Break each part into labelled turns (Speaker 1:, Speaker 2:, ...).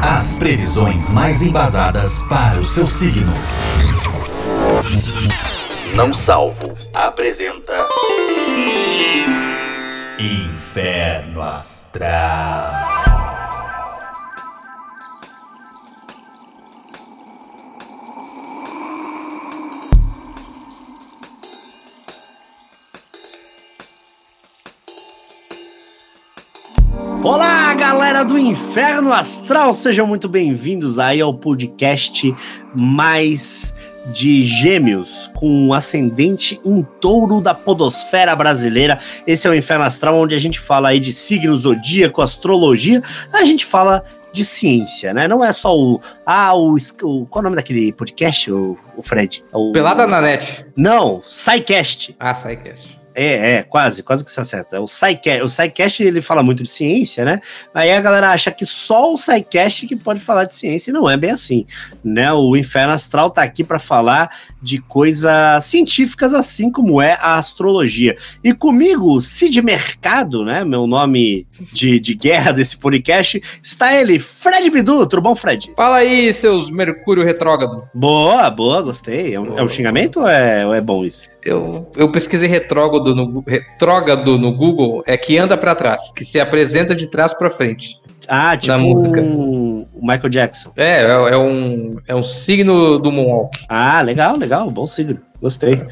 Speaker 1: As previsões mais embasadas para o seu signo. Não salvo apresenta Inferno Astral.
Speaker 2: Olá, galera do Inferno Astral, sejam muito bem-vindos aí ao podcast mais de Gêmeos, com um ascendente em touro da podosfera brasileira. Esse é o Inferno Astral, onde a gente fala aí de signos, zodíaco, astrologia, a gente fala de ciência, né? Não é só o. Ah, o. o- qual é o nome daquele podcast, o, o Fred? É O,
Speaker 3: Pelada na net.
Speaker 2: Não, SciCast.
Speaker 3: Ah, SciCast.
Speaker 2: É, é, quase, quase que você acerta. O SciCast, o SciCast, ele fala muito de ciência, né? Aí a galera acha que só o SciCast que pode falar de ciência, e não é bem assim, né? O Inferno Astral tá aqui para falar de coisas científicas, assim como é a astrologia. E comigo, Cid Mercado, né? Meu nome de, de guerra desse podcast, está ele, Fred Bidu. Tudo bom, Fred?
Speaker 3: Fala aí, seus Mercúrio Retrógrado.
Speaker 2: Boa, boa, gostei. É um, é um xingamento ou é, ou é bom isso?
Speaker 3: Eu, eu pesquisei retrógrado no, Gu- retrógrado no Google, é que anda pra trás, que se apresenta de trás pra frente.
Speaker 2: Ah, tipo
Speaker 3: música.
Speaker 2: um- o Michael Jackson.
Speaker 3: É, é, é um, é um signo do Moonwalk.
Speaker 2: Ah, legal, legal, bom signo. Gostei.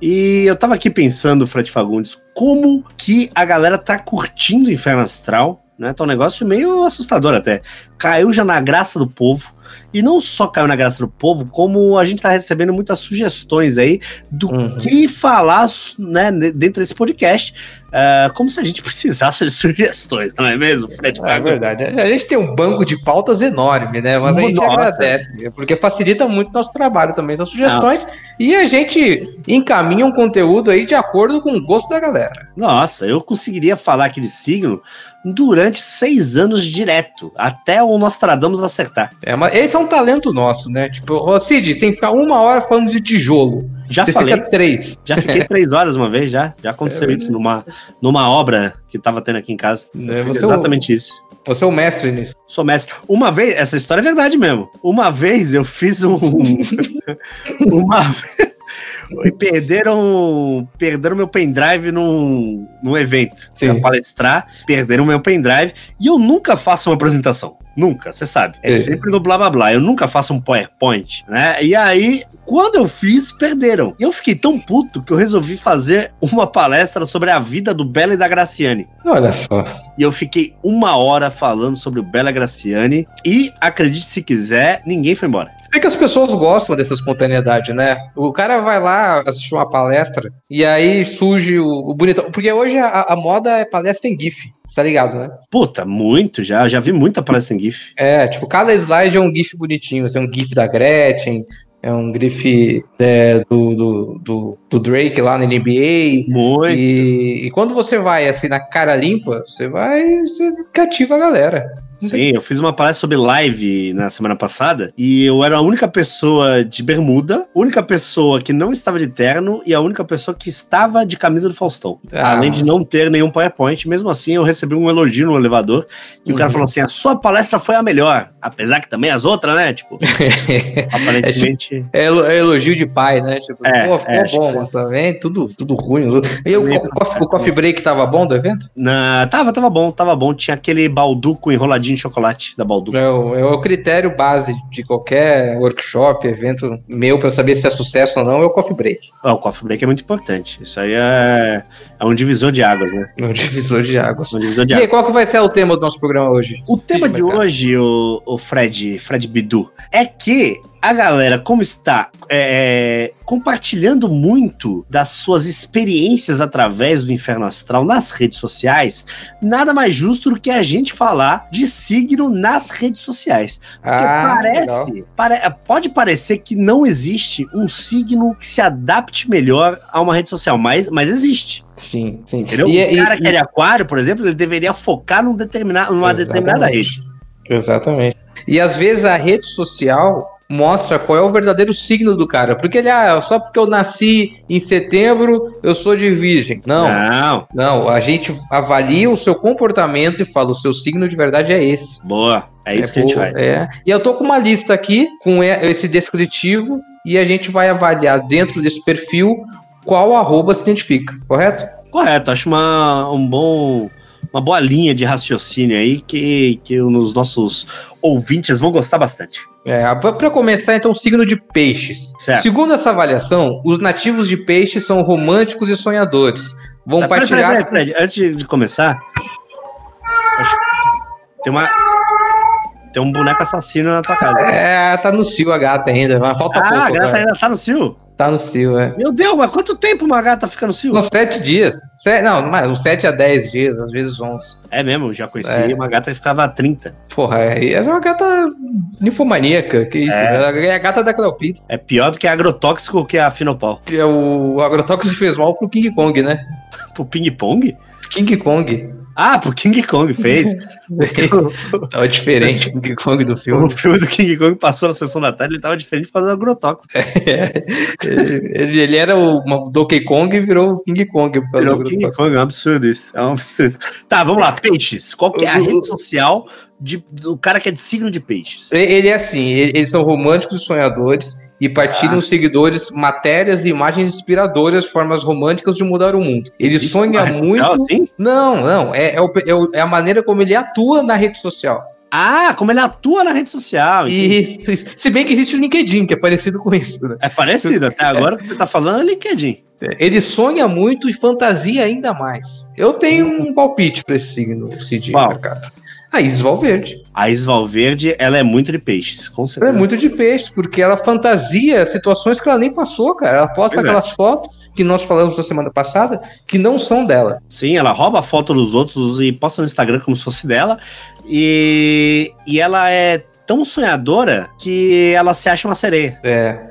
Speaker 2: E eu tava aqui pensando, Fred Fagundes, como que a galera tá curtindo o Inferno Astral, né? Tá um negócio meio assustador até. Caiu já na graça do povo. E não só caiu na graça do povo, como a gente tá recebendo muitas sugestões aí do
Speaker 3: Uhum.
Speaker 2: que falar né, dentro desse podcast. Ah, como se a gente precisasse de sugestões, não é mesmo, Fred
Speaker 3: É
Speaker 2: Fagundes?
Speaker 3: verdade. A gente tem um banco de pautas enorme, né? Mas a gente
Speaker 2: Nossa.
Speaker 3: agradece, porque facilita muito nosso trabalho também, essas sugestões. E a gente encaminha um conteúdo aí de acordo com o gosto da galera.
Speaker 2: Nossa, eu conseguiria falar aquele signo durante seis anos direto, até o Nostradamus acertar.
Speaker 3: É, mas esse é um talento nosso, né? Tipo, ô Cid, sem ficar uma hora falando de tijolo.
Speaker 2: Já
Speaker 3: você
Speaker 2: falei,
Speaker 3: fica três.
Speaker 2: já fiquei três horas uma vez, já. Já
Speaker 3: É,
Speaker 2: aconteceu isso numa, numa obra que tava tendo aqui em casa.
Speaker 3: Né?
Speaker 2: Eu fiz
Speaker 3: Você é o-
Speaker 2: exatamente isso.
Speaker 3: Você é o mestre nisso.
Speaker 2: Sou mestre. Uma vez, essa história é verdade mesmo. Uma vez eu fiz um. uma vez. E perderam, perderam meu pendrive num, num evento.
Speaker 3: Sim.
Speaker 2: Pra palestrar, perderam meu pendrive. E eu nunca faço uma apresentação. Nunca, você sabe. É
Speaker 3: Sim.
Speaker 2: sempre no blá blá blá. Eu nunca faço um PowerPoint, né? E aí, quando eu fiz, perderam. E eu fiquei tão puto que eu resolvi fazer uma palestra sobre a vida do Bela e da Graciane.
Speaker 3: Olha só.
Speaker 2: E eu fiquei uma hora falando sobre o Bela Graciane. E acredite se quiser, ninguém foi embora.
Speaker 3: É que as pessoas gostam dessa espontaneidade, né? O cara vai lá assistir uma palestra e aí surge o, o bonitão. Porque hoje a, a moda é palestra em GIF, você tá ligado, né?
Speaker 2: Puta, muito já. Já vi muita palestra em GIF.
Speaker 3: É, tipo, cada slide é um GIF bonitinho. Assim, é um GIF da Gretchen, é um GIF é, do, do, do, do Drake lá na NBA.
Speaker 2: Muito.
Speaker 3: E, e quando você vai assim na cara limpa, você vai, você cativa a galera.
Speaker 2: Sim, eu fiz uma palestra sobre live na semana passada e eu era a única pessoa de bermuda, única pessoa que não estava de terno e a única pessoa que estava de camisa do Faustão.
Speaker 3: Ah.
Speaker 2: Além de não ter nenhum PowerPoint, mesmo assim eu recebi um elogio no elevador e o cara
Speaker 3: Uhum.
Speaker 2: falou assim: a sua palestra foi a melhor, apesar que também as outras, né? Tipo, aparentemente.
Speaker 3: É elo- é elogio de pai, né? Tipo,
Speaker 2: É,
Speaker 3: pô, ficou
Speaker 2: é, acho
Speaker 3: bom,
Speaker 2: que-
Speaker 3: mas também tudo, tudo ruim. E o,
Speaker 2: Meio
Speaker 3: co- coffee, o coffee break tava bom do evento?
Speaker 2: Na... Tava, tava bom, tava bom. Tinha aquele balduco enroladinho em chocolate da balduco.
Speaker 3: É o, é o critério base de qualquer workshop, evento meu, pra saber se é sucesso ou não, é o coffee break.
Speaker 2: Ah, o coffee break é muito importante. Isso aí é, é um divisor de águas, né?
Speaker 3: É o divisor de águas.
Speaker 2: Um divisor de
Speaker 3: E aí,
Speaker 2: águas.
Speaker 3: qual que vai ser o tema do nosso programa hoje?
Speaker 2: O tema de
Speaker 3: Mercado?
Speaker 2: hoje, o, o Fred, Fred Bidu, é que a galera, como está é, compartilhando muito das suas experiências através do Inferno Astral nas redes sociais, nada mais justo do que a gente falar de signo nas redes sociais. Porque
Speaker 3: Ah, legal.
Speaker 2: parece, pare- pode parecer que não existe um signo que se adapte melhor a uma rede social, mas, mas existe,
Speaker 3: Sim, sim.
Speaker 2: entendeu?
Speaker 3: E-
Speaker 2: o
Speaker 3: e-
Speaker 2: cara
Speaker 3: e-
Speaker 2: que é de aquário, por exemplo, ele deveria focar num determina- numa determinada
Speaker 3: Exatamente.
Speaker 2: rede.
Speaker 3: Exatamente. E às vezes a rede social mostra qual é o verdadeiro signo do cara. Porque ele, ah, só porque eu nasci em setembro, eu sou de virgem. Não,
Speaker 2: Não.
Speaker 3: não, a gente avalia o seu comportamento e fala, o seu signo de verdade é esse.
Speaker 2: Boa. É isso que a gente
Speaker 3: boa,
Speaker 2: faz.
Speaker 3: é. E eu tô com uma lista aqui com e- esse descritivo e a gente vai avaliar dentro desse perfil qual arroba se identifica, correto?
Speaker 2: Correto, acho uma, um bom, uma boa linha de raciocínio aí que, que os nossos ouvintes vão gostar bastante.
Speaker 3: É, para começar, então, o signo de peixes.
Speaker 2: Certo.
Speaker 3: Segundo essa avaliação, os nativos de peixes são românticos e sonhadores. Vão
Speaker 2: Tá, peraí,
Speaker 3: partilhar.
Speaker 2: peraí, peraí, peraí, Antes de começar, acho que tem uma. Tem um boneco assassino na tua casa.
Speaker 3: É, tá no cio a gata ainda, mas falta pouco.
Speaker 2: Ah, a gata
Speaker 3: cara.
Speaker 2: ainda tá no cio?
Speaker 3: Tá no cio, é.
Speaker 2: Meu Deus, mas quanto tempo uma gata fica no cio?
Speaker 3: Uns sete dias. Se- Não, mas uns sete a dez dias, às vezes onze.
Speaker 2: É mesmo, já conheci
Speaker 3: É.
Speaker 2: uma gata que ficava a 30.
Speaker 3: Porra, é é uma gata ninfomaníaca, que isso? É, é a gata da Cleopatra.
Speaker 2: É pior do que agrotóxico que a Finopol.
Speaker 3: É, o agrotóxico fez mal pro King Kong, né?
Speaker 2: Pro ping-pong?
Speaker 3: King Kong.
Speaker 2: Ah, pro King Kong fez.
Speaker 3: Tava É diferente o King Kong do
Speaker 2: O
Speaker 3: um filme.
Speaker 2: filme do King Kong passou na sessão da tarde, ele tava diferente por causa do agrotóxico.
Speaker 3: ele, ele era o uma- Donkey Kong e virou o King Kong. por causa
Speaker 2: Ele é
Speaker 3: do
Speaker 2: o King Kong, é um absurdo isso. É um absurdo. Tá, vamos lá, peixes. Qual que é a
Speaker 3: Uhum.
Speaker 2: rede social de- do cara que é de signo de peixes?
Speaker 3: E- Ele é assim, ele- eles são românticos e sonhadores e partilham
Speaker 2: Ah.
Speaker 3: os seguidores matérias e imagens inspiradoras, formas românticas de mudar o mundo. Ele
Speaker 2: Existe
Speaker 3: sonha
Speaker 2: uma rede
Speaker 3: muito.
Speaker 2: social assim?
Speaker 3: Não, não, é, é o- é o- é a maneira como ele atua na rede social.
Speaker 2: Ah, como ele atua na rede social. Ah, entendi.
Speaker 3: E se- se bem que existe o LinkedIn, que é parecido com isso, né?
Speaker 2: É parecido, até agora o que você tá falando é LinkedIn.
Speaker 3: Ele sonha muito e fantasia ainda mais. Eu tenho um palpite pra esse signo, Cid
Speaker 2: Qual?
Speaker 3: Mercado. A Isis Valverde.
Speaker 2: A Isval Verde, ela é muito de peixes, com
Speaker 3: Ela é
Speaker 2: certeza.
Speaker 3: muito de peixe, porque ela fantasia situações que ela nem passou, cara. Ela posta
Speaker 2: Pois é.
Speaker 3: aquelas fotos que nós falamos na semana passada que não são dela.
Speaker 2: Sim, ela rouba a foto dos outros e posta no Instagram como se fosse dela. E, e ela é tão sonhadora que ela se acha uma sereia.
Speaker 3: É.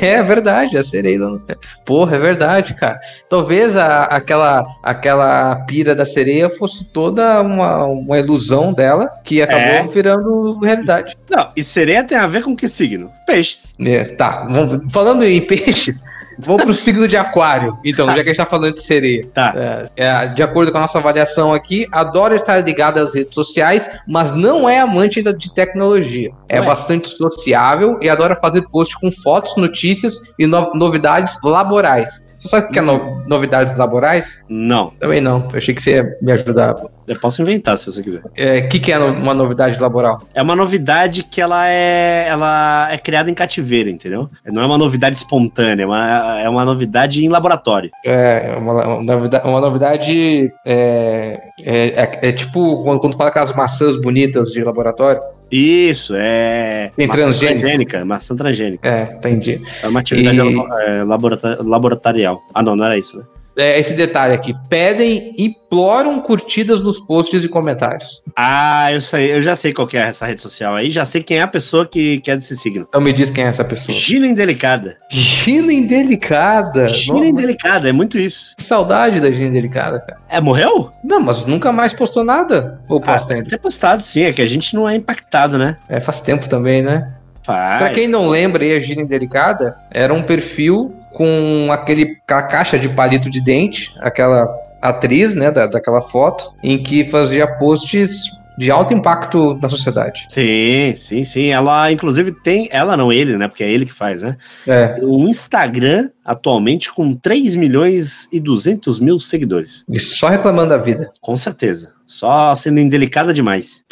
Speaker 3: É verdade, é a sereia da lanterna. Porra, é verdade, cara. Talvez a- aquela, aquela pira da sereia fosse toda uma, uma ilusão dela que acabou
Speaker 2: É.
Speaker 3: virando realidade.
Speaker 2: Não, e sereia tem a ver com que signo? Peixes.
Speaker 3: É, tá, vamos- falando em peixes, vamos pro signo de aquário. Então, já que a gente tá falando de sereia.
Speaker 2: Tá.
Speaker 3: É, de acordo com a nossa avaliação aqui, adora estar ligada às redes sociais, mas não é amante da- de tecnologia. É
Speaker 2: Ué.
Speaker 3: bastante sociável e adora fazer posts com fotos, notícias e no- novidades laborais. Você sabe o que é no- novidades laborais?
Speaker 2: Não,
Speaker 3: Também não. Eu achei que você ia me ajudar. O
Speaker 2: eu posso inventar se você quiser.
Speaker 3: que, que é no- uma novidade laboral?
Speaker 2: É uma novidade que ela é, ela é criada em cativeiro, entendeu? Não é uma novidade espontânea, é uma, é uma novidade em laboratório.
Speaker 3: É, uma, uma novidade. Uma novidade é, é, é- é tipo quando, quando fala aquelas maçãs bonitas de laboratório.
Speaker 2: Isso, é.
Speaker 3: Tem
Speaker 2: maçã
Speaker 3: transgênico?
Speaker 2: transgênica. Maçã transgênica.
Speaker 3: É, entendi.
Speaker 2: É uma atividade
Speaker 3: E-
Speaker 2: labo- é, laborata- laboratorial. Ah, não, não era isso, né?
Speaker 3: É esse detalhe aqui. Pedem e imploram curtidas nos posts e comentários.
Speaker 2: Ah, eu, sei, eu já sei qual que é essa rede social aí, já sei quem é a pessoa que, que é desse signo.
Speaker 3: Então me diz quem é essa pessoa.
Speaker 2: Gina Indelicada.
Speaker 3: Gina Indelicada.
Speaker 2: Gina
Speaker 3: Nossa,
Speaker 2: Indelicada, é muito isso.
Speaker 3: Que saudade da Gina Indelicada, cara.
Speaker 2: É, morreu?
Speaker 3: Não, mas nunca mais postou nada. Ou posta
Speaker 2: Ah,
Speaker 3: ainda.
Speaker 2: ter postado, sim, é que a gente não é impactado, né?
Speaker 3: É, faz tempo também, né?
Speaker 2: Faz.
Speaker 3: Pra quem não lembra, aí, a Gina Indelicada era um perfil com aquele, aquela caixa de palito de dente, aquela atriz, né, da, daquela foto, em que fazia posts de alto impacto na sociedade.
Speaker 2: Sim, sim, sim. Ela, inclusive, tem. Ela não, ele, né? Porque é ele que faz, né?
Speaker 3: É,
Speaker 2: O Instagram, atualmente, com 3 milhões e 200 mil seguidores.
Speaker 3: e só reclamando da vida.
Speaker 2: Com certeza. Só sendo indelicada demais.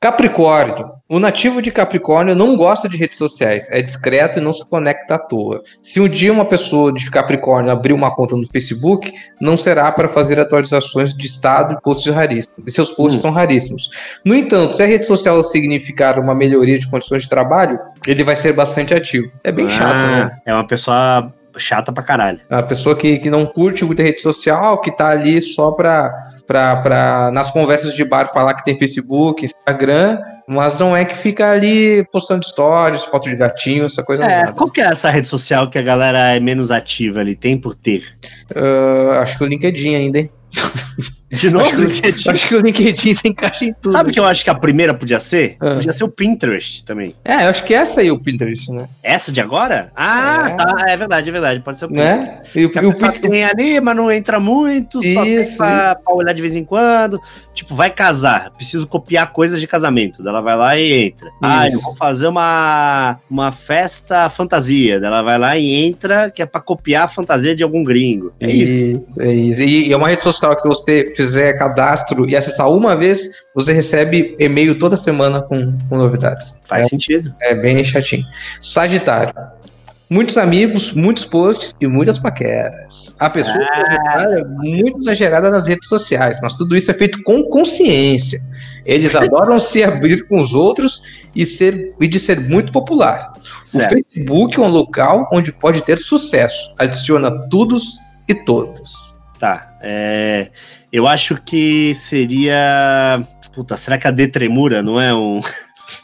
Speaker 3: Capricórnio. O nativo de Capricórnio não gosta de redes sociais, é discreto e não se conecta à toa. Se um dia uma pessoa de Capricórnio abrir uma conta no Facebook, não será para fazer atualizações de estado e posts raríssimos. E seus posts
Speaker 2: Hum.
Speaker 3: são raríssimos. No entanto, se a rede social significar uma melhoria de condições de trabalho, ele vai ser bastante ativo. É bem chato,
Speaker 2: Ah,
Speaker 3: né?
Speaker 2: É uma pessoa chata pra caralho.
Speaker 3: A pessoa que, que não curte muita rede social, que tá ali só pra, pra, pra nas conversas de bar falar que tem Facebook, Instagram, mas não é que fica ali postando stories, foto de gatinho, essa coisa
Speaker 2: É,
Speaker 3: nada.
Speaker 2: qual que é essa rede social que a galera é menos ativa ali? Tem por ter?
Speaker 3: Ah, acho que o LinkedIn ainda, hein?
Speaker 2: De novo, LinkedIn.
Speaker 3: Acho que o LinkedIn se encaixa em tudo.
Speaker 2: Sabe o que eu acho que a primeira podia ser?
Speaker 3: Ah.
Speaker 2: Podia ser o Pinterest também.
Speaker 3: É, eu acho que essa aí é o Pinterest, né?
Speaker 2: Essa de agora? Ah,
Speaker 3: É.
Speaker 2: tá. É verdade, é verdade. Pode ser o Pinterest.
Speaker 3: né? E, o-
Speaker 2: Que a
Speaker 3: e o
Speaker 2: pessoa
Speaker 3: Pinterest.
Speaker 2: tem ali, mas não entra muito, só tem
Speaker 3: Isso,
Speaker 2: pra, pra olhar de vez em quando. Tipo, vai casar, preciso copiar coisas de casamento. Daí Ela vai lá e entra. Ah, eu vou fazer uma, uma festa fantasia. Daí Ela vai lá e entra, que é pra copiar a fantasia de algum gringo. É isso.
Speaker 3: é isso. E, e é uma rede social que se você fizer cadastro e acessar uma vez, você recebe e-mail toda semana com, com novidades.
Speaker 2: Faz
Speaker 3: É.
Speaker 2: sentido.
Speaker 3: É bem chatinho. Sagitário. Muitos amigos, muitos posts e muitas paqueras. A pessoa sagitária é muito exagerada nas redes sociais, mas tudo isso é feito com consciência. Eles adoram se abrir com os outros e, ser, e de ser muito popular. O
Speaker 2: Certo.
Speaker 3: Facebook é um local onde pode ter sucesso. Adiciona todos e todos.
Speaker 2: Tá. É, eu acho que seria. Puta, será que a D Tremura não é um.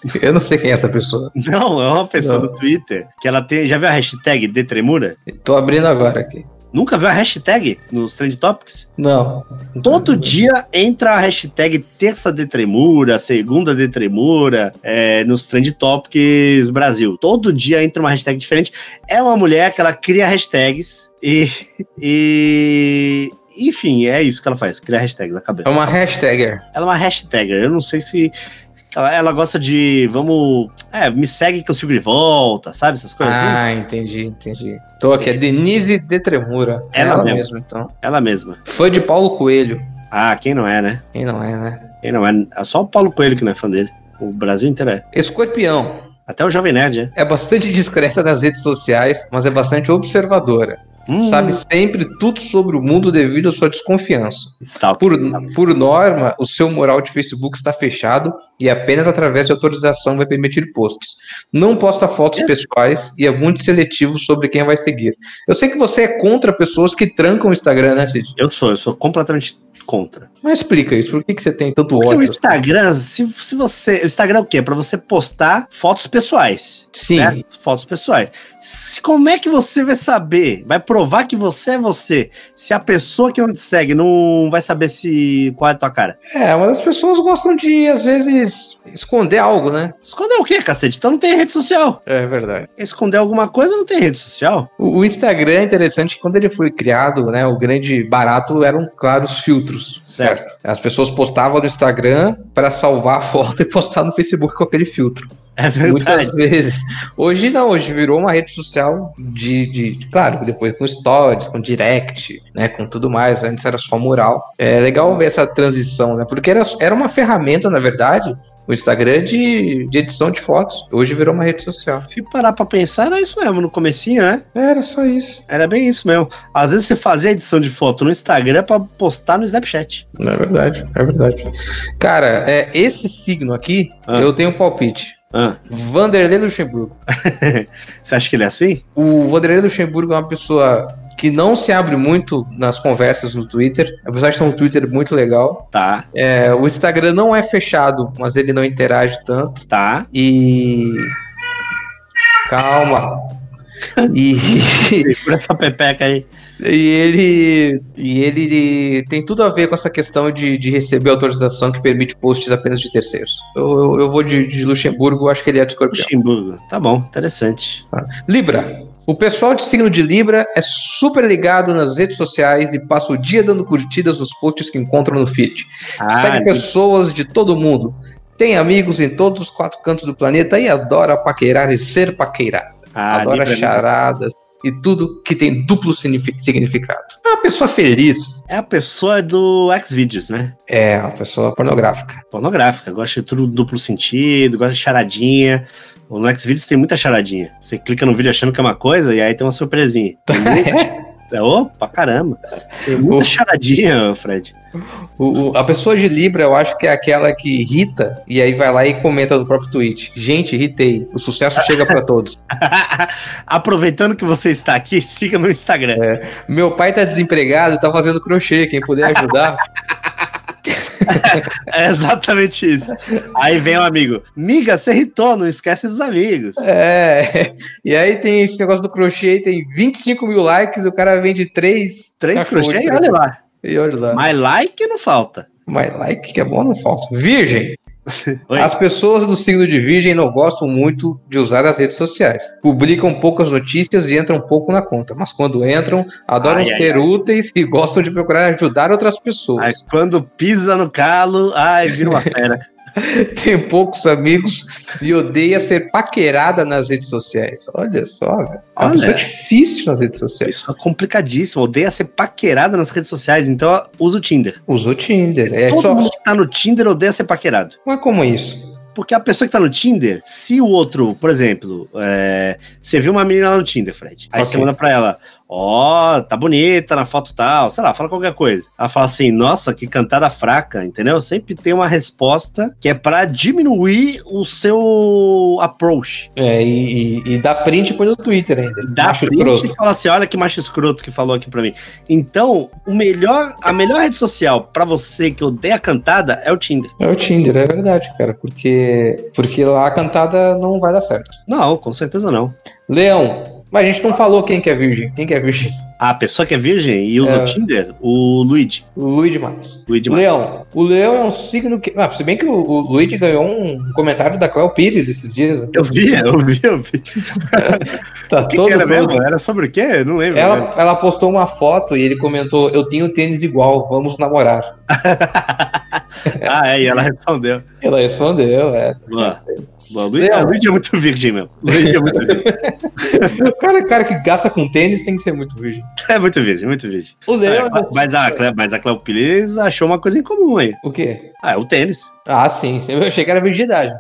Speaker 3: Eu não sei quem é essa pessoa.
Speaker 2: Não, é uma pessoa
Speaker 3: Não.
Speaker 2: no Twitter que ela tem. Já viu a hashtag D Tremura?
Speaker 3: Tô abrindo agora aqui.
Speaker 2: Nunca viu a hashtag nos Trend Topics?
Speaker 3: Não.
Speaker 2: Todo dia entra a hashtag terça de tremura, segunda de tremura, é, nos trend topics Brasil. Todo dia entra uma hashtag diferente. É uma mulher que ela cria hashtags e. e enfim, é isso que ela faz, cria hashtags, acabei.
Speaker 3: É uma hashtagger.
Speaker 2: Ela é uma hashtagger, eu não sei se. Ela, ela gosta de. Vamos. É, me segue que eu sigo de volta, sabe? Essas coisas. assim.
Speaker 3: Ah, entendi, entendi. Tô aqui, é Denise de Tremura. É
Speaker 2: Ela
Speaker 3: Ela,
Speaker 2: mesmo.
Speaker 3: mesma, então.
Speaker 2: Ela mesma.
Speaker 3: Fã de Paulo Coelho.
Speaker 2: Ah, quem não é, né?
Speaker 3: Quem não é, né?
Speaker 2: Quem não é? É só o Paulo Coelho que não é fã dele. O Brasil inteiro é.
Speaker 3: Escorpião.
Speaker 2: Até o Jovem Nerd, é.
Speaker 3: É bastante discreta nas redes sociais, mas é bastante observadora.
Speaker 2: Hum.
Speaker 3: Sabe sempre tudo sobre o mundo devido à sua desconfiança.
Speaker 2: Stalker.
Speaker 3: Por,
Speaker 2: Stalker.
Speaker 3: por norma, o seu mural de Facebook está fechado e apenas através de autorização vai permitir posts. Não posta fotos pessoais e é muito seletivo sobre quem vai seguir. Eu sei que você é contra pessoas que trancam o Instagram, né, Cid?
Speaker 2: Eu sou, eu sou completamente contra.
Speaker 3: Mas explica isso, por que, que você tem tanto
Speaker 2: Porque
Speaker 3: ódio?
Speaker 2: o Instagram, se, se você. O Instagram é o quê? É pra você postar fotos pessoais.
Speaker 3: Sim,
Speaker 2: certo? Fotos pessoais. Se- como é que você vai saber? Vai provar que você é você. Se a pessoa que não te segue não vai saber se qual é a tua cara.
Speaker 3: é, mas as pessoas gostam de, às vezes, esconder algo, né?
Speaker 2: Esconder o quê, cacete? Então não tem rede social.
Speaker 3: É verdade.
Speaker 2: Esconder alguma coisa não tem rede social.
Speaker 3: O, o Instagram é interessante que quando ele foi criado, né? O grande barato eram, claro, os filtros.
Speaker 2: Certo.
Speaker 3: As pessoas postavam no Instagram para salvar a foto e postar no Facebook com aquele filtro.
Speaker 2: É verdade.
Speaker 3: Muitas vezes. Hoje não, hoje virou uma rede social de, de- claro, depois com stories, com direct, né, com tudo mais. Antes era só mural. É legal ver essa transição, né? Porque era, era uma ferramenta, na verdade, o Instagram de, de edição de fotos. Hoje virou uma rede social.
Speaker 2: Se parar pra pensar, era isso mesmo, no comecinho, né?
Speaker 3: Era só isso.
Speaker 2: Era bem isso mesmo. Às vezes você fazia edição de foto no Instagram pra postar no Snapchat.
Speaker 3: É verdade, é verdade. Cara, é, esse signo aqui,
Speaker 2: Ah.
Speaker 3: eu tenho um palpite.
Speaker 2: Ah,
Speaker 3: Vanderlei Luxemburgo.
Speaker 2: você acha que ele é assim?
Speaker 3: O Vanderlei Luxemburgo é uma pessoa que não se abre muito nas conversas no Twitter, apesar de ter um Twitter muito legal.
Speaker 2: Tá,
Speaker 3: É, o Instagram não é fechado, mas ele não interage tanto.
Speaker 2: tá.
Speaker 3: E. Calma. E,
Speaker 2: Por essa pepeca aí.
Speaker 3: e ele. E ele tem tudo a ver com essa questão de, de receber autorização que permite posts apenas de terceiros. Eu, eu, eu vou de, de Luxemburgo, acho que ele é de escorpião.
Speaker 2: Luxemburgo. Tá bom, interessante.
Speaker 3: Libra. O pessoal de signo de Libra é super ligado nas redes sociais e passa o dia dando curtidas nos posts que encontram no feed.
Speaker 2: Ah,
Speaker 3: Segue pessoas de todo mundo. Tem amigos em todos os quatro cantos do planeta e adora paquerar e ser paqueirado.
Speaker 2: ah,
Speaker 3: adora
Speaker 2: Libra,
Speaker 3: charadas e tudo que tem duplo signifi- significado. É uma pessoa feliz.
Speaker 2: É a pessoa do Xvideos, né?
Speaker 3: É, uma pessoa pornográfica.
Speaker 2: Pornográfica. Gosta de tudo duplo sentido, gosta de charadinha. No Xvideos tem muita charadinha. Você clica no vídeo achando que é uma coisa e aí tem uma surpresinha. Tem muita... Opa, caramba. Tem muita
Speaker 3: Opa.
Speaker 2: charadinha, Fred.
Speaker 3: O- o- a pessoa de Libra, eu acho que é aquela que irrita e aí vai lá e comenta no próprio tweet. Gente, irritei. O sucesso chega pra todos.
Speaker 2: Aproveitando que você está aqui, siga no Instagram.
Speaker 3: É. Meu pai tá desempregado, tá fazendo crochê, quem puder ajudar.
Speaker 2: É exatamente isso. Aí vem o amigo. Miga, você irritou, não esquece dos amigos.
Speaker 3: é. E aí tem esse negócio do crochê, tem 25 mil likes, o cara vende três.
Speaker 2: Três
Speaker 3: cachorros
Speaker 2: crochê
Speaker 3: de
Speaker 2: e olha lá.
Speaker 3: E olha lá.
Speaker 2: Mas like não falta.
Speaker 3: Mas like que é bom não falta. Virgem.
Speaker 2: Oi.
Speaker 3: As pessoas do signo de Virgem não gostam muito de usar as redes sociais. Publicam poucas notícias e entram pouco na conta, mas quando entram, adoram
Speaker 2: Ai, ai,
Speaker 3: ser úteis e gostam de procurar ajudar outras
Speaker 2: Aí
Speaker 3: pessoas.
Speaker 2: quando pisa no calo, ai, vira uma fera.
Speaker 3: Tem poucos amigos e odeia ser paquerada nas redes sociais. Olha só, velho. É uma
Speaker 2: Olha.
Speaker 3: pessoa difícil nas redes sociais.
Speaker 2: Isso é complicadíssimo. Odeia ser paquerado nas redes sociais, então usa o Tinder.
Speaker 3: Usa o Tinder. É
Speaker 2: Todo
Speaker 3: só.
Speaker 2: mundo que tá no Tinder odeia ser paquerado.
Speaker 3: Não é como isso.
Speaker 2: Porque a pessoa que tá no Tinder, se o outro, por exemplo, é, você viu uma menina lá no Tinder, Fred. Aí
Speaker 3: Ok.
Speaker 2: você manda pra ela, ó, tá bonita na foto tal, sei lá, fala qualquer coisa. Ela fala assim, nossa, que cantada fraca, entendeu? Sempre tem uma resposta que é pra diminuir o seu approach.
Speaker 3: É, e, e- e dá print e põe no Twitter ainda.
Speaker 2: Dá
Speaker 3: Acho
Speaker 2: print
Speaker 3: escroto.
Speaker 2: e fala assim, olha que macho escroto que falou aqui pra mim. Então, o melhor, a melhor rede social pra você que odeia cantada é o Tinder.
Speaker 3: É o Tinder, é verdade, cara, porque, porque lá a cantada não vai dar certo.
Speaker 2: Não, com certeza não.
Speaker 3: Leão, mas a gente não falou quem que é virgem. Quem que é virgem?
Speaker 2: A pessoa que é virgem e usa
Speaker 3: É.
Speaker 2: o Tinder, o Luigi.
Speaker 3: Luiz Matos.
Speaker 2: Luigi Matos.
Speaker 3: Leão. O leão é um signo que. Ah, se bem que o, o Luigi ganhou um comentário da Cléo Pires esses dias.
Speaker 2: Eu vi, eu vi, eu vi.
Speaker 3: Tá
Speaker 2: O que,
Speaker 3: todo
Speaker 2: que era
Speaker 3: todo-
Speaker 2: mesmo? Era sobre o quê? Eu Não lembro. né?
Speaker 3: Ela, ela postou uma foto e ele comentou: Eu tenho tênis igual, vamos namorar.
Speaker 2: Ah, é, e ela respondeu.
Speaker 3: Ela respondeu, é.
Speaker 2: Boa. Boa, Luigi,
Speaker 3: Leão.
Speaker 2: ah, Luigi é muito virgem mesmo. Luigi é muito virgem.
Speaker 3: O cara, cara que gasta com tênis tem que ser muito virgem.
Speaker 2: É muito virgem, muito virgem.
Speaker 3: O leão. um
Speaker 2: É, mas, a, Cle- mas a Cleo Pires achou uma coisa em comum aí.
Speaker 3: O quê?
Speaker 2: Ah, é o tênis.
Speaker 3: Ah, sim. Eu achei que era virgindade.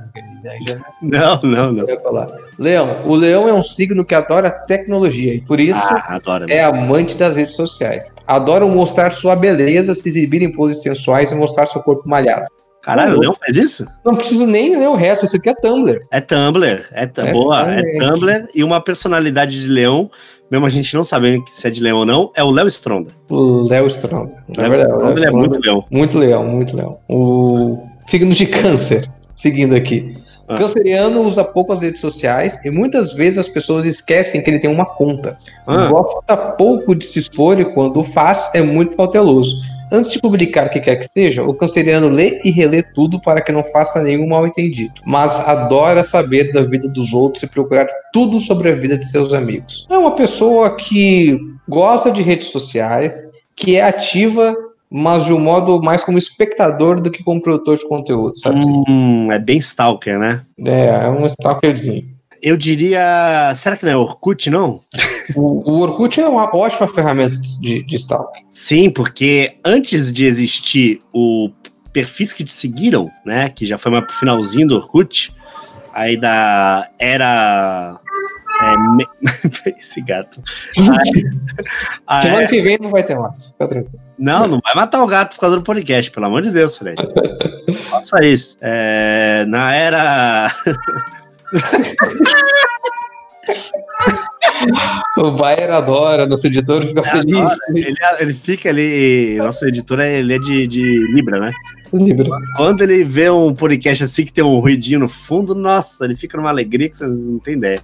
Speaker 3: Aí já-
Speaker 2: Não, não, não.
Speaker 3: Eu ia falar. Leão, o leão é um signo que adora tecnologia e por isso
Speaker 2: Ah, adoro.
Speaker 3: é amante das redes sociais. Adoram mostrar sua beleza, se exibir em poses sensuais e mostrar seu corpo malhado.
Speaker 2: Caralho, o Leão faz isso?
Speaker 3: Não preciso nem ler o resto, isso aqui é Tumblr.
Speaker 2: É Tumblr, é, tu-
Speaker 3: É
Speaker 2: boa, é
Speaker 3: Tumblr.
Speaker 2: Tumblr e uma personalidade de leão, mesmo a gente não sabendo se é de leão ou não, é o Léo Stronda.
Speaker 3: O Léo Stronda. Na
Speaker 2: Léo
Speaker 3: verdade, o
Speaker 2: Stronda ele é
Speaker 3: Stronda-
Speaker 2: muito leão.
Speaker 3: Muito leão, muito leão. O signo de câncer, seguindo aqui.
Speaker 2: Ah.
Speaker 3: Canceriano usa pouco as redes sociais e muitas vezes as pessoas esquecem que ele tem uma conta.
Speaker 2: Ah.
Speaker 3: Gosta pouco de se expor e quando o faz é muito cauteloso. Antes de publicar o que quer que seja, o canceriano lê e relê tudo para que não faça nenhum mal-entendido, mas adora saber da vida dos outros e procurar tudo sobre a vida de seus amigos. É uma pessoa que gosta de redes sociais, que é ativa, mas de um modo mais como espectador do que como produtor de conteúdo, sabe?
Speaker 2: Hum, é bem stalker, né?
Speaker 3: É, é um stalkerzinho.
Speaker 2: Eu diria. Será que não é Orkut, não?
Speaker 3: O, o Orkut é uma ótima ferramenta de, de stalker.
Speaker 2: Sim, porque antes de existir o perfis que te seguiram, né? Que já foi mais pro finalzinho do Orkut, aí da era. é, me- Esse gato. Aí- aí-
Speaker 3: Semana que vem não vai ter mais, fica tranquilo.
Speaker 2: Não, não vai matar o gato por causa do podcast, pelo amor de Deus, Fred. Faça isso. É, na era.
Speaker 3: O Bayer adora, nosso editor fica feliz.
Speaker 2: adora, Ele, ele fica ali. Nosso editor ele é de, de Libra, né?
Speaker 3: Livre.
Speaker 2: Quando ele vê um podcast assim que tem um ruidinho no fundo, nossa, ele fica numa alegria que vocês não têm ideia.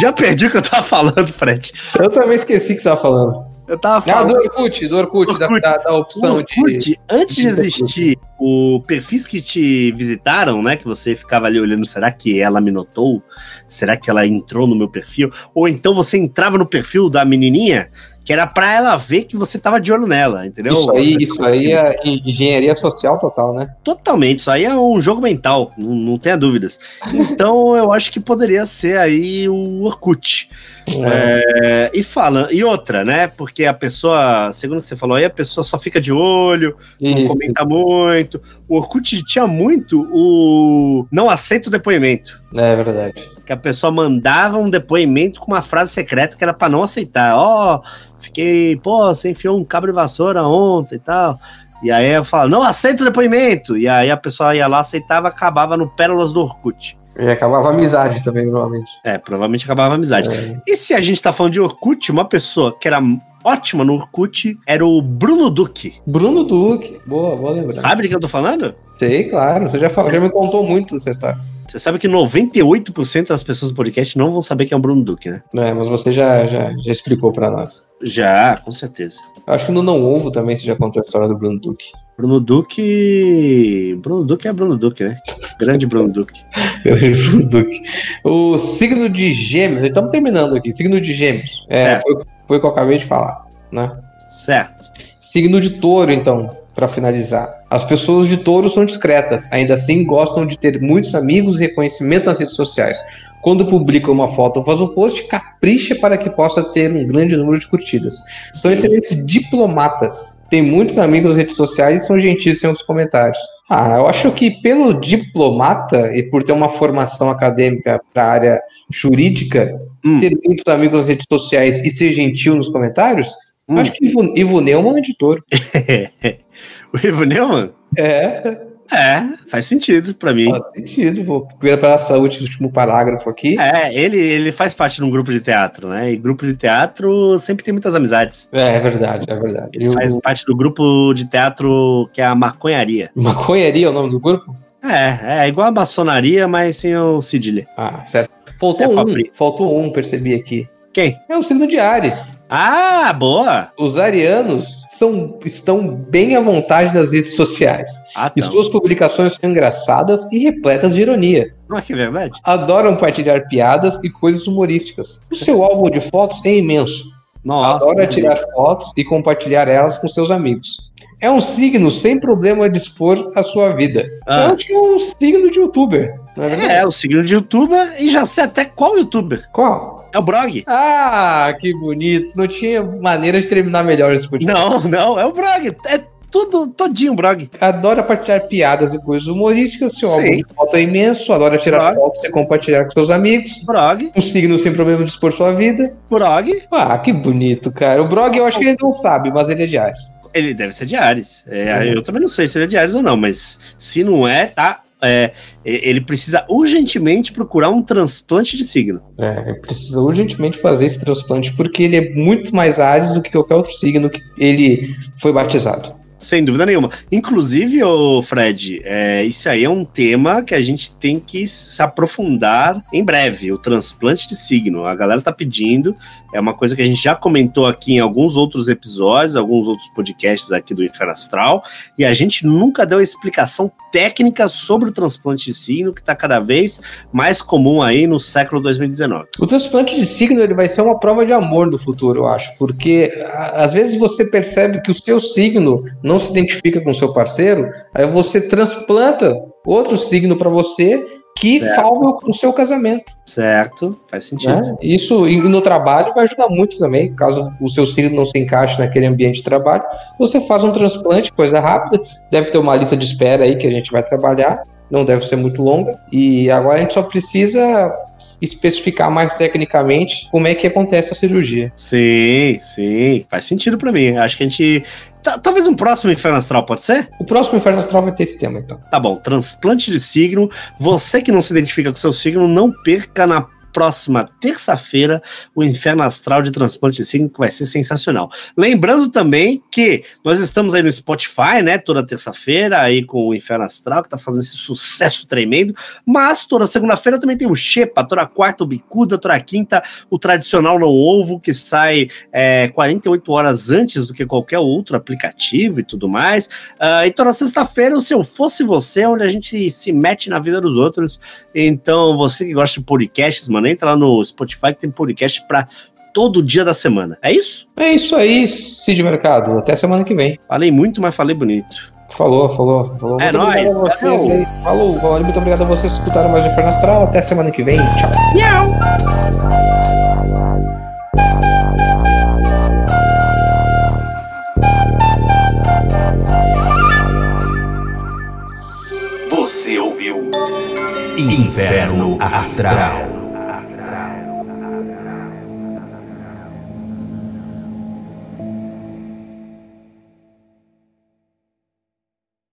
Speaker 2: Já perdi o que eu tava falando, Fred.
Speaker 3: Eu também esqueci o que você estava falando.
Speaker 2: Eu tava
Speaker 3: Ah, do
Speaker 2: falando.
Speaker 3: Orkut, do Orkut, da-
Speaker 2: Orkut.
Speaker 3: Da, da opção
Speaker 2: o Orkut, antes de
Speaker 3: de Orkut.
Speaker 2: existir o perfis que te visitaram, né? Que você ficava ali olhando, será que ela me notou? Será que ela entrou no meu perfil? Ou então você entrava no perfil da menininha, que era pra ela ver que você tava de olho nela,
Speaker 3: de.
Speaker 2: entendeu?
Speaker 3: Isso aí, isso aí é engenharia social total, né?
Speaker 2: Totalmente, isso aí é um jogo mental, não, não tenha dúvidas. Então eu acho que poderia ser aí o Orkut. É, e fala, e outra, né? Porque a pessoa, segundo o que você falou aí, a pessoa só fica de olho, não
Speaker 3: Isso.
Speaker 2: comenta muito. O Orkut tinha muito o não aceito depoimento.
Speaker 3: É verdade.
Speaker 2: Que a pessoa mandava um depoimento com uma frase secreta que era pra não aceitar. Ó, fiquei, pô, você enfiou um cabo de vassoura ontem e tal. E aí eu falava, não aceito o depoimento. E aí a pessoa ia lá, aceitava, acabava no Pérolas do Orkut.
Speaker 3: E acabava a amizade também, normalmente.
Speaker 2: É, provavelmente acabava a amizade.
Speaker 3: É.
Speaker 2: E se a gente tá falando de Orkut, uma pessoa que era ótima no Orkut era o Bruno Duque.
Speaker 3: Bruno Duque, boa, boa lembrar.
Speaker 2: Sabe de que eu tô falando?
Speaker 3: Sei, claro. Você já, falou, já me contou muito, você sabe.
Speaker 2: Você sabe que 98% das pessoas do podcast não vão saber quem é o Bruno Duque, né?
Speaker 3: É, mas você já, já, já explicou pra nós.
Speaker 2: Já, com certeza.
Speaker 3: Eu acho que no Não Ovo também você já contou a história do Bruno Duque.
Speaker 2: Bruno Duque. Bruno Duque é Bruno Duque, né? Grande Bruno Duque.
Speaker 3: Bruno Duque. O signo de gêmeos, estamos terminando aqui. Signo de gêmeos. É,
Speaker 2: Certo.
Speaker 3: foi, foi o que eu acabei de falar, né?
Speaker 2: Certo.
Speaker 3: Signo de touro, então, para finalizar. As pessoas de touro são discretas, ainda assim gostam de ter muitos amigos e reconhecimento nas redes sociais. Quando publica uma foto ou faz um post, capricha para que possa ter um grande número de curtidas. São excelentes diplomatas. Tem muitos amigos nas redes sociais e são gentis em outros comentários. Ah, eu acho que pelo diplomata e por ter uma formação acadêmica para a área jurídica,
Speaker 2: Hum.
Speaker 3: ter muitos amigos nas redes sociais e ser gentil nos comentários,
Speaker 2: Hum.
Speaker 3: eu acho que Ivo, Ivo Neumann é de touro.
Speaker 2: o Ivo Neumann?
Speaker 3: É,
Speaker 2: É, faz sentido pra mim.
Speaker 3: faz sentido. Vou primeiro para essa última, último parágrafo aqui.
Speaker 2: É, ele, ele faz parte de um grupo de teatro, né? E grupo de teatro sempre tem muitas amizades.
Speaker 3: É, é verdade, é verdade.
Speaker 2: Ele faz parte do grupo de teatro que é a maconharia.
Speaker 3: Maconharia é o nome do grupo?
Speaker 2: É, é igual a maçonaria, mas sem o cedilha.
Speaker 3: Ah, certo.
Speaker 2: Você é
Speaker 3: Faltou um,
Speaker 2: papri.
Speaker 3: faltou um, percebi aqui.
Speaker 2: Quem?
Speaker 3: É o signo de Ares.
Speaker 2: Ah, boa!
Speaker 3: Os arianos são, estão bem à vontade nas redes sociais.
Speaker 2: Ah,
Speaker 3: E
Speaker 2: então.
Speaker 3: suas publicações são engraçadas e repletas de ironia.
Speaker 2: Não é que é verdade?
Speaker 3: Adoram partilhar piadas e coisas humorísticas. O seu álbum de fotos é imenso.
Speaker 2: Nossa.
Speaker 3: Adora tirar fotos e compartilhar elas com seus amigos. É um signo sem problema de expor a sua vida.
Speaker 2: Ah.
Speaker 3: Eu acho que é um signo de youtuber. Não é verdade?
Speaker 2: É, o signo de youtuber e já sei até qual youtuber.
Speaker 3: Qual?
Speaker 2: É o Brog.
Speaker 3: Ah, que bonito. Não tinha maneira de terminar melhor esse podcast.
Speaker 2: Não, não, é o Brog. É tudo, todinho o Brog.
Speaker 3: Adora partilhar piadas e coisas humorísticas. Seu
Speaker 2: Sim.
Speaker 3: álbum de foto é imenso. Adora tirar
Speaker 2: Claro.
Speaker 3: fotos e compartilhar com seus amigos.
Speaker 2: Brog,
Speaker 3: Um signo sem problema de expor sua vida.
Speaker 2: Brog.
Speaker 3: Ah, que bonito, cara. O Brog eu acho que ele não sabe, mas ele é de Ares.
Speaker 2: Ele deve ser de Ares. É,
Speaker 3: Uhum.
Speaker 2: Eu também não sei se ele é de Ares ou não, mas se não é, tá. é, e- ele precisa urgentemente procurar um transplante de signo.
Speaker 3: É, ele precisa urgentemente fazer esse transplante porque ele é muito mais ágil do que qualquer outro signo que ele foi batizado.
Speaker 2: Sem dúvida nenhuma. Inclusive, ô Fred, é, isso aí é um tema que a gente tem que se aprofundar em breve. O transplante de signo. A galera tá pedindo. É uma coisa que a gente já comentou aqui em alguns outros episódios, alguns outros podcasts aqui do Inferno Astral. e a gente nunca deu explicação técnica sobre o transplante de signo, que está cada vez mais comum aí no século 2019.
Speaker 3: O transplante de signo ele vai ser uma prova de amor no futuro, eu acho, porque a- às vezes você percebe que o seu signo não se identifica com o seu parceiro, aí você transplanta outro signo para você que
Speaker 2: Certo.
Speaker 3: salva o- o seu casamento.
Speaker 2: Certo? Faz sentido.
Speaker 3: né? Isso e no trabalho vai ajudar muito também, caso o seu signo não se encaixe naquele ambiente de trabalho, você faz um transplante, coisa rápida, deve ter uma lista de espera aí que a gente vai trabalhar, não deve ser muito longa, e agora a gente só precisa especificar mais tecnicamente como é que acontece a cirurgia.
Speaker 2: Sim, sim. Faz sentido para mim. Acho que a gente. ta- Talvez um próximo Inferno Astral pode ser?
Speaker 3: O próximo Inferno Astral vai ter esse tema, então.
Speaker 2: Tá bom. Transplante de signo. Você que não se identifica com seu signo, não perca na próxima terça-feira o Inferno Astral de Transplante de Signo, que vai ser sensacional. Lembrando também que nós estamos aí no Spotify, né? Toda terça-feira aí com o Inferno Astral, que tá fazendo esse sucesso tremendo. Mas toda segunda-feira também tem o Xepa, toda quarta o Bicuda, toda quinta o tradicional Não Ovo, que sai é, 48 horas antes do que qualquer outro aplicativo e tudo mais. Ah, e toda sexta-feira o Se Eu Fosse Você, é onde a gente se mete na vida dos outros. Então, você que gosta de podcasts, mano, entra lá no Spotify que tem podcast pra todo dia da semana. É isso?
Speaker 3: É isso aí, Cid Mercado. Até semana que vem.
Speaker 2: Falei muito, mas falei bonito.
Speaker 3: Falou, falou, falou.
Speaker 2: É
Speaker 3: Muito
Speaker 2: nóis,
Speaker 3: obrigado a vocês
Speaker 2: valeu.
Speaker 3: aí. Falou, valeu, muito obrigado a vocês que escutaram mais o Inferno Astral. Até semana que vem. Tchau.
Speaker 1: Você ouviu Inferno Astral.